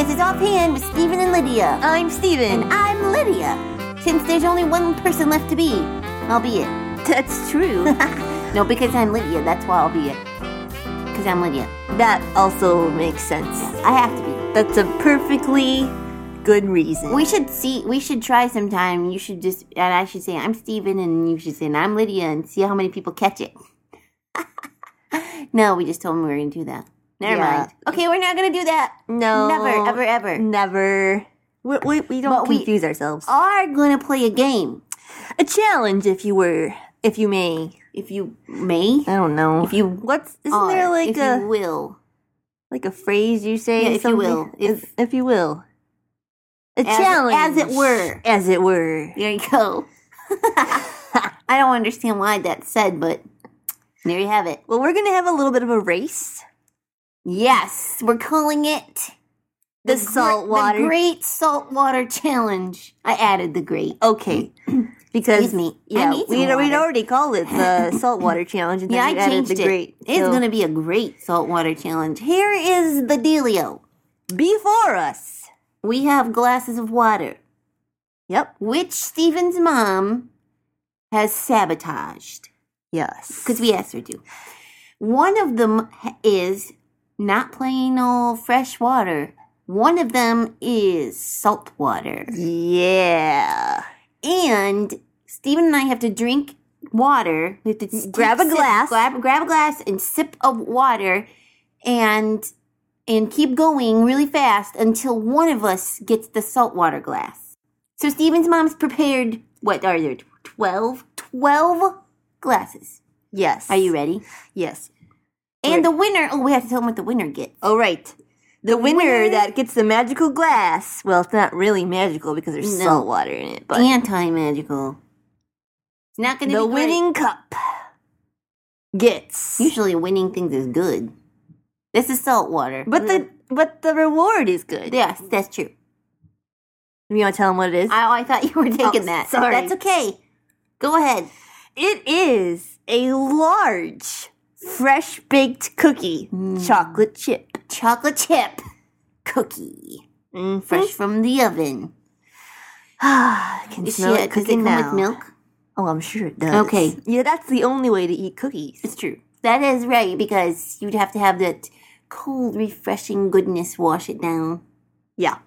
is Offhand with Stephen and Lydia. I'm Steven. And I'm Lydia. Since there's only one person left to be, I'll be it. That's true. no, because I'm Lydia, that's why I'll be it. Because I'm Lydia. that also makes sense. I have to be. That's a perfectly good reason. We should see, we should try sometime. You should just, and I should say, I'm Steven, and you should say, and I'm Lydia, and see how many people catch it. no, we just told them we were going to do that. Never Yeah. mind. Okay, we're not going to do that. no, Never, ever, ever. never. We, we, we don't But we- confuse ourselves. Are going to play a game. A challenge, if you were, if you may. If you may. I don't know. If you what's isn't there are, like if a you will. like a phrase you say? Yeah, if you something? will. If- if, if you will. A As- challenge, as it were. as it were. There you go. I don't understand why that's said, but there you have it. Well, we're gonna have a little bit of a race. Yes, we're calling it The, gre- salt water. The Great Saltwater Challenge. I added the great. Okay. Because Excuse me. I yeah, need some we'd, we'd water. already called it the saltwater challenge, and then Yeah, I you added changed the it. great. It's So, going to be a great saltwater challenge. Here is the dealio. before us. We have glasses of water, Yep. which Stephen's mom has sabotaged. Yes. because we asked her to. One of them is not plain old fresh water. One of them is salt water. yeah. And Stephen and I have to drink water. We have to s- Grab a sip- glass. grab, grab a glass and sip of water and and keep going really fast until one of us gets the salt water glass. So Stephen's mom's prepared what are there 12 12 glasses. Yes. Are you ready? Yes. And the winner, oh, we have to tell them what the winner gets. All right. The, winner, winner- that gets the magical glass. Well, it's not really magical because there's No. salt water in it, but Anti magical. It's not going to the be great. winning cup gets. Usually, winning things is good. This is salt water. But the but the reward is good. yes, that's true. You want to tell them what it is? I, I thought you were taking that. Oh, sorry. that's okay. Go ahead. It is a large, fresh baked cookie chocolate chip. Chocolate chip cookie, Mm, fresh from the oven. I can Is smell she, does it it come cooking now. with milk? Oh, I'm sure it does. Okay. Yeah, that's the only way to eat cookies. It's true. That is right because you'd have to have that cold, refreshing goodness wash it down. Yeah.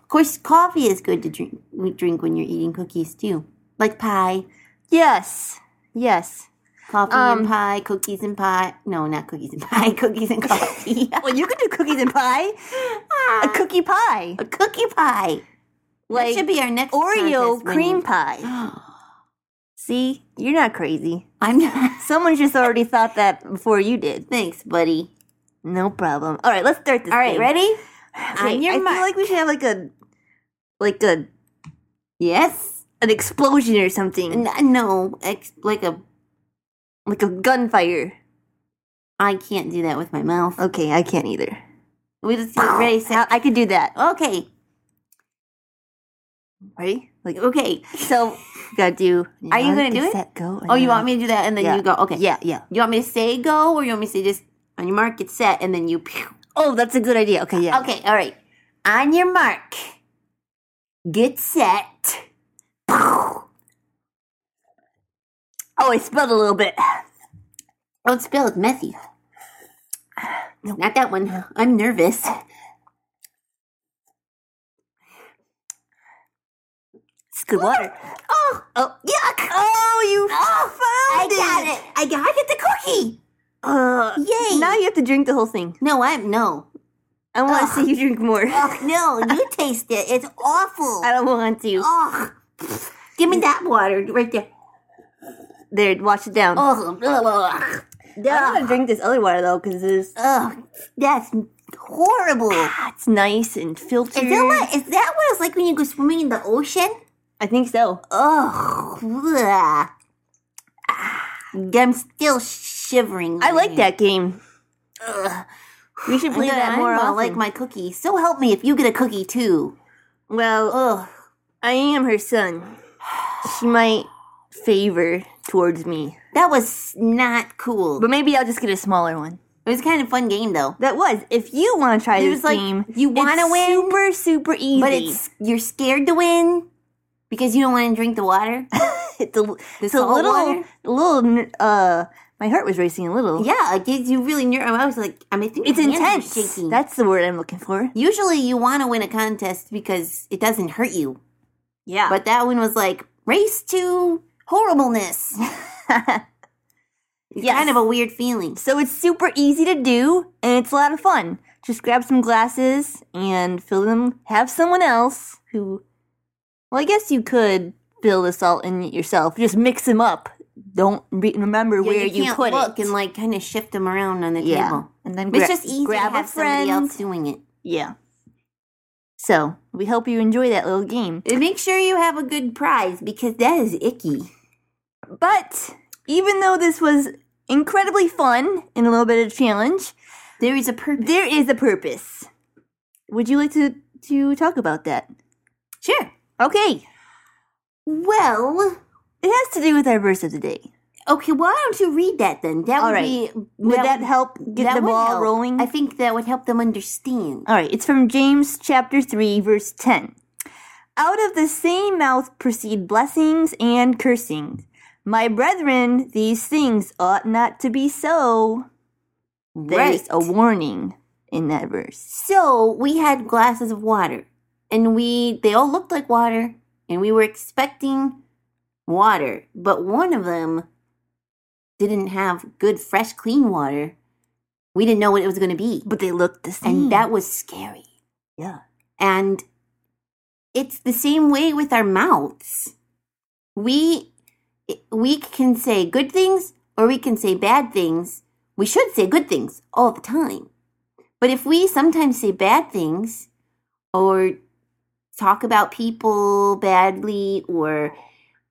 Of course, coffee is good to drink drink when you're eating cookies too, like pie. Yes. Yes. Coffee Um, and pie, cookies and pie. No, not cookies and pie. Cookies and coffee. Ah. Well, you can do cookies and pie. a cookie pie. a cookie pie. Like that should be our next Oreo contest winning. cream pie. See, you're not crazy. I'm not. Someone just already thought that before you did. Thanks, buddy. No problem. All right, let's start this. All right, thing. ready? Wait, On your I mark. feel like we should have like a, like a yes. an explosion or something, N- no, ex- like a. like a gunfire. I can't do that with my mouth. Okay, I can't either. We just get ready. I, I could do that. Okay. Ready? Like, Okay. so we gotta do. Are you gonna on, do it? Set, go. and Oh, you on. want me to do that and then Yeah. you go? Okay. Yeah, yeah. You want me to say go or you want me to say just on your mark, get set, and then you pew. Oh, that's a good idea. Okay, yeah. Okay, all right. On your mark, get set. Oh, I spilled a little bit. Don't spill, Oh, it's messy. Not that one. I'm nervous. It's good water. Oh, Oh, yuck! Oh, you I found got it. it. I got I get the cookie. Uh, Ah, Yay. Now you have to drink the whole thing. No, I'm no. I want to Ugh. see you drink more. Oh, no, you taste it. It's awful. I don't want to. Oh, give Mm. me that water right there. There, wash it down. Oh, ugh. I'm gonna Ugh. drink this other water though, because it's Ugh. that's horrible. Is ah, it's nice and filtered. that what? Is that what it's like when you go swimming in the ocean? I think so. Ugh. Blah. Ah, I'm still shivering. I right like now. that game. Ugh. We should I'm play gonna- that I'm more gonna often. like my cookie. So help me if you get a cookie too. well, Ugh. I am her son. She might favor towards me, That was not cool. but maybe I'll just get a smaller one. It was kind of fun game though. That was. If you want to try It this was like, game, you it's wanna win, Super, super easy. But it's you're scared to win because you don't want to drink the water. it's a, it's a salt little, water? little. ner- Uh, my heart was racing a little. yeah, it gives you really nerve. I was like, I mean, I think it's my hands intense. are Shaking. That's the word I'm looking for. Usually, you want to win a contest because it doesn't hurt you. Yeah, But that one was like race to horribleness. but It's Yes. kind of a weird feeling. so it's super easy to do, and it's a lot of fun. Just grab some glasses and fill them. Have someone else who, well, I guess you could fill the salt in yourself. Just mix them up. Don't re- remember Yeah, where you, can't put look it. and like kind of shift them around on the yeah, table. and then But gra- it's just easy grab to have a somebody friend. else doing it. Yeah. So we hope you enjoy that little game. And make sure you have a good prize because that is icky. But even though this was incredibly fun and a little bit of challenge, There is a purpose. there is a purpose. Would you like to to talk about that? Sure. Okay, Well, it has to do with our verse of the day. okay. Why don't you read that then? That All would right. be. Would that, help get that the would ball help. rolling? I think that would help them understand. All right, it's from James chapter 3, verse 10. Out of the same mouth proceed blessings and cursings. My brethren, these things ought not to be so. There's Right. a warning in that verse. So we had glasses of water, and we they all looked like water, and we were expecting water, but one of them didn't have good, fresh, clean water. We didn't know what it was going to be, But they look the same. and that was scary. yeah. And it's the same way with our mouths. We we can say good things or we can say bad things. We should say good things all the time. But if we sometimes say bad things or talk about people badly or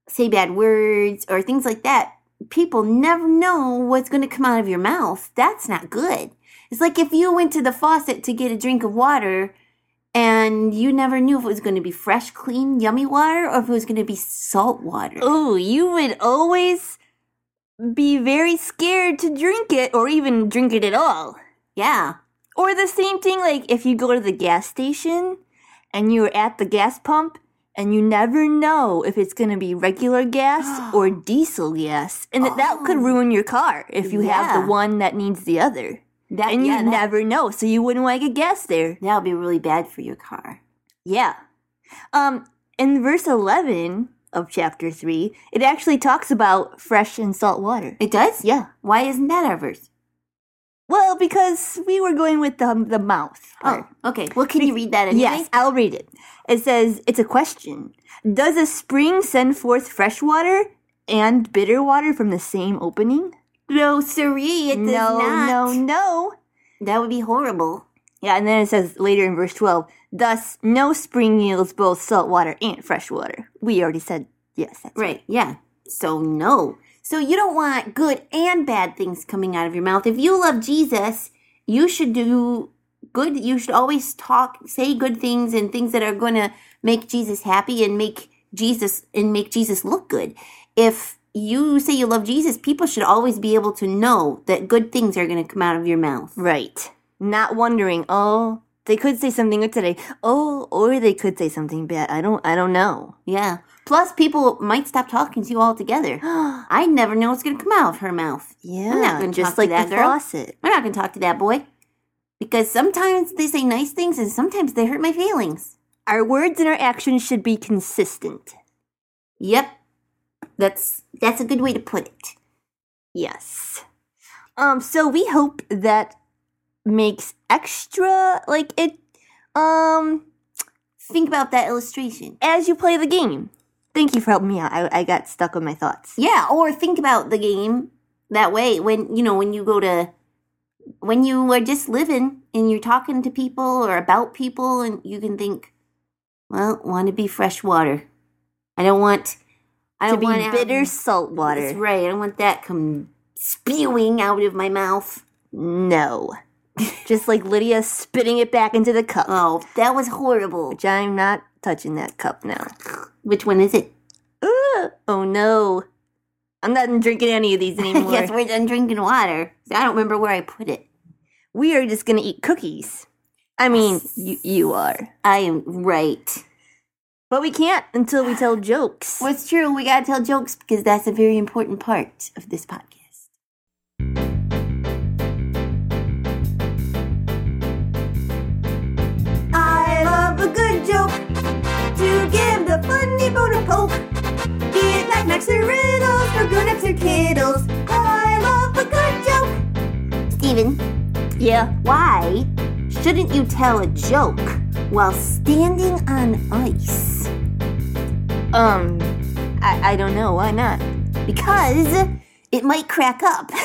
say bad words or things like that, people never know what's going to come out of your mouth. That's not good. It's like if you went to the faucet to get a drink of water and you never knew if it was going to be fresh, clean, yummy water or if it was going to be salt water. Oh, you would always be very scared to drink it or even drink it at all. Yeah. Or the same thing, like if you go to the gas station and you're at the gas pump and you never know if it's going to be regular gas or diesel gas. And that that could Oh. ruin your car if you have Yeah. the one that needs the other. That, And you yeah, that, never know, so you wouldn't want to get gas there. that'll be really bad for your car. Yeah. Um, in verse 11 of chapter 3, it actually talks about fresh and salt water. It does? Yeah. Why isn't that our verse? Well, because we were going with the, the mouth. part. Oh, okay. Well, can you read that anyway? Yes, I'll read it. It says, it's a question. Does a spring send forth fresh water and bitter water from the same opening? No, siree, it does no, not. no, no. That would be horrible. Yeah, and then it says later in verse 12, thus no spring yields both salt water and fresh water. We already said yes. That's Right, yeah. So, no. So, you don't want good and bad things coming out of your mouth. If you love Jesus, you should do good. You should always talk, say good things and things that are going to make Jesus happy and make Jesus and make Jesus look good. If you say you love Jesus, people should always be able to know that good things are going to come out of your mouth. Right. Not wondering, oh, they could say something good today. Oh, or they could say something bad. I don't I don't know. Yeah. Plus, people might stop talking to you altogether. I never know what's going to come out of her mouth. Yeah. I'm not gonna talk just to like that the girl. faucet. I'm not going to talk to that boy. Because sometimes they say nice things and sometimes they hurt my feelings. Our words and our actions should be consistent. Yep. That's that's a good way to put it. Yes. Um, so we hope that makes extra like it um Think about that illustration. as you play the game. Thank you for helping me out. I, I got stuck with my thoughts. Yeah, or think about the game that way when you know when you go to when you are just living and you're talking to people or about people and you can think, well, want to be fresh water. I don't want I To don't be want out- bitter salt That's water. right. I don't want that come spewing out of my mouth. No. Just like Lydia spitting it back into the cup. Oh, that was horrible. Which I'm not touching that cup now. Which one is it? Ugh. Oh no. I'm not drinking any of these anymore. Yes, we're done drinking water. I don't remember where I put it. We are just gonna eat cookies. I mean, you, you are. I am right. But we can't until we tell jokes. Well, it's true. We gotta tell jokes because that's a very important part of this podcast. I love a good joke to give the funny bone a poke. Be it knickknacks or riddles for grown-ups or kiddles. I love a good joke. Steven, Yeah, why shouldn't you tell a joke while standing on ice? um, I, I don't know. Why not? Because it might crack up.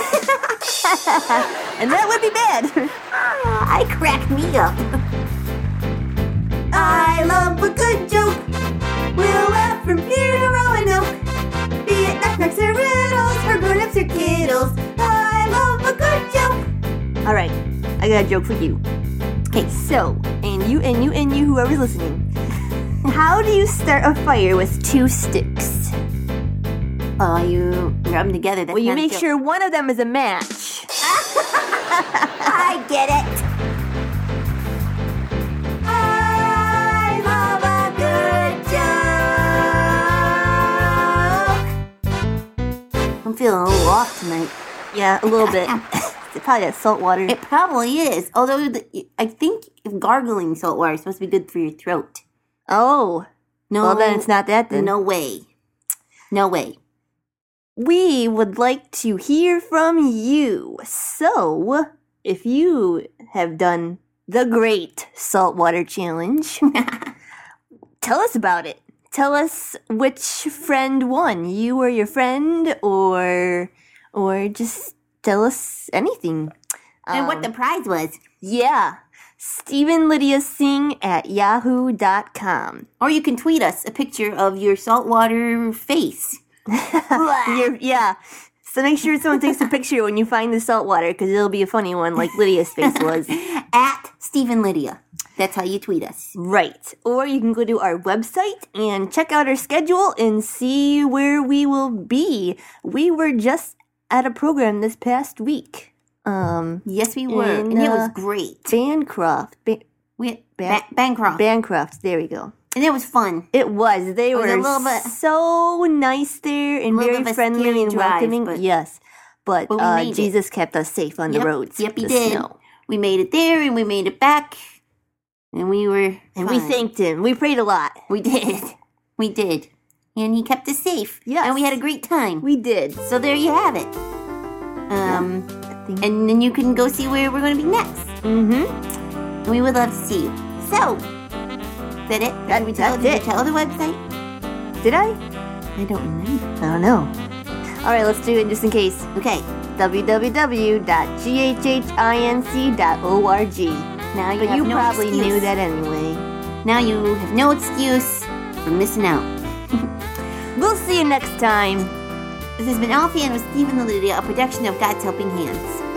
And that would be bad. Ah, I cracked me up. I love a good joke. We'll laugh from here to Roanoke. Be it knickknacks or riddles, for grown-ups or kiddles. I love a good joke. All right, I got a joke for you. Okay, so and you and you and you, whoever's listening, how do you start a fire with two sticks? Oh, you rub them together. That's Well, you not a make joke. sure one of them is a match. I get it. I love a good joke. I'm feeling a little off tonight. Yeah, a little bit. It's Probably that salt water. It probably is. Although the, I think gargling salt water is supposed to be good for your throat. Oh, No, well then it's not that then. No way. No way. We would like to hear from you. So, if you have done the Great Saltwater Challenge, tell us about it. Tell us which friend won, you or your friend, or or just tell us anything. and what Um, the prize was. Yeah. Stephen Lydia Singh at yahoo.com. Or you can tweet us a picture of your saltwater face. You're, yeah. So make sure someone takes a picture when you find the salt water because it'll be a funny one like Lydia's face was. At Stephen Lydia. That's how you tweet us. Right. Or you can go to our website and check out our schedule and see where we will be. We were just at a program this past week. Um, Yes, we were. And, And, it was uh, great. Bancroft. Ban- We Ban- Ba- Bancroft. Bancroft. There we go. and it was fun. It was. They was were a little bit- so nice there and little very bit of a friendly scary and drive, welcoming. but- yes, but, but we uh, made it. Jesus kept us safe on Yep. the roads. Yep, he with the did. snow. We made it there and we made it back. And we were. And we fine. thanked him. We prayed a lot. We did. We did. And he kept us safe. Yes. And we had a great time. We did. so there you have it. Um, think- and then you can go see where we're going to be next. Mm-hmm. We would love to see you. So, is that it? That- did we tell, that's did it. we tell the website? Did I? I don't I remember. don't know. All right, let's do it just in case. Okay, www.ghhinc.org. now you But have you no probably excuse. knew that anyway. Now you have no excuse for missing out. We'll see you next time. This has been Alfie and with Stephen Lydia, a production of God's Helping Hands.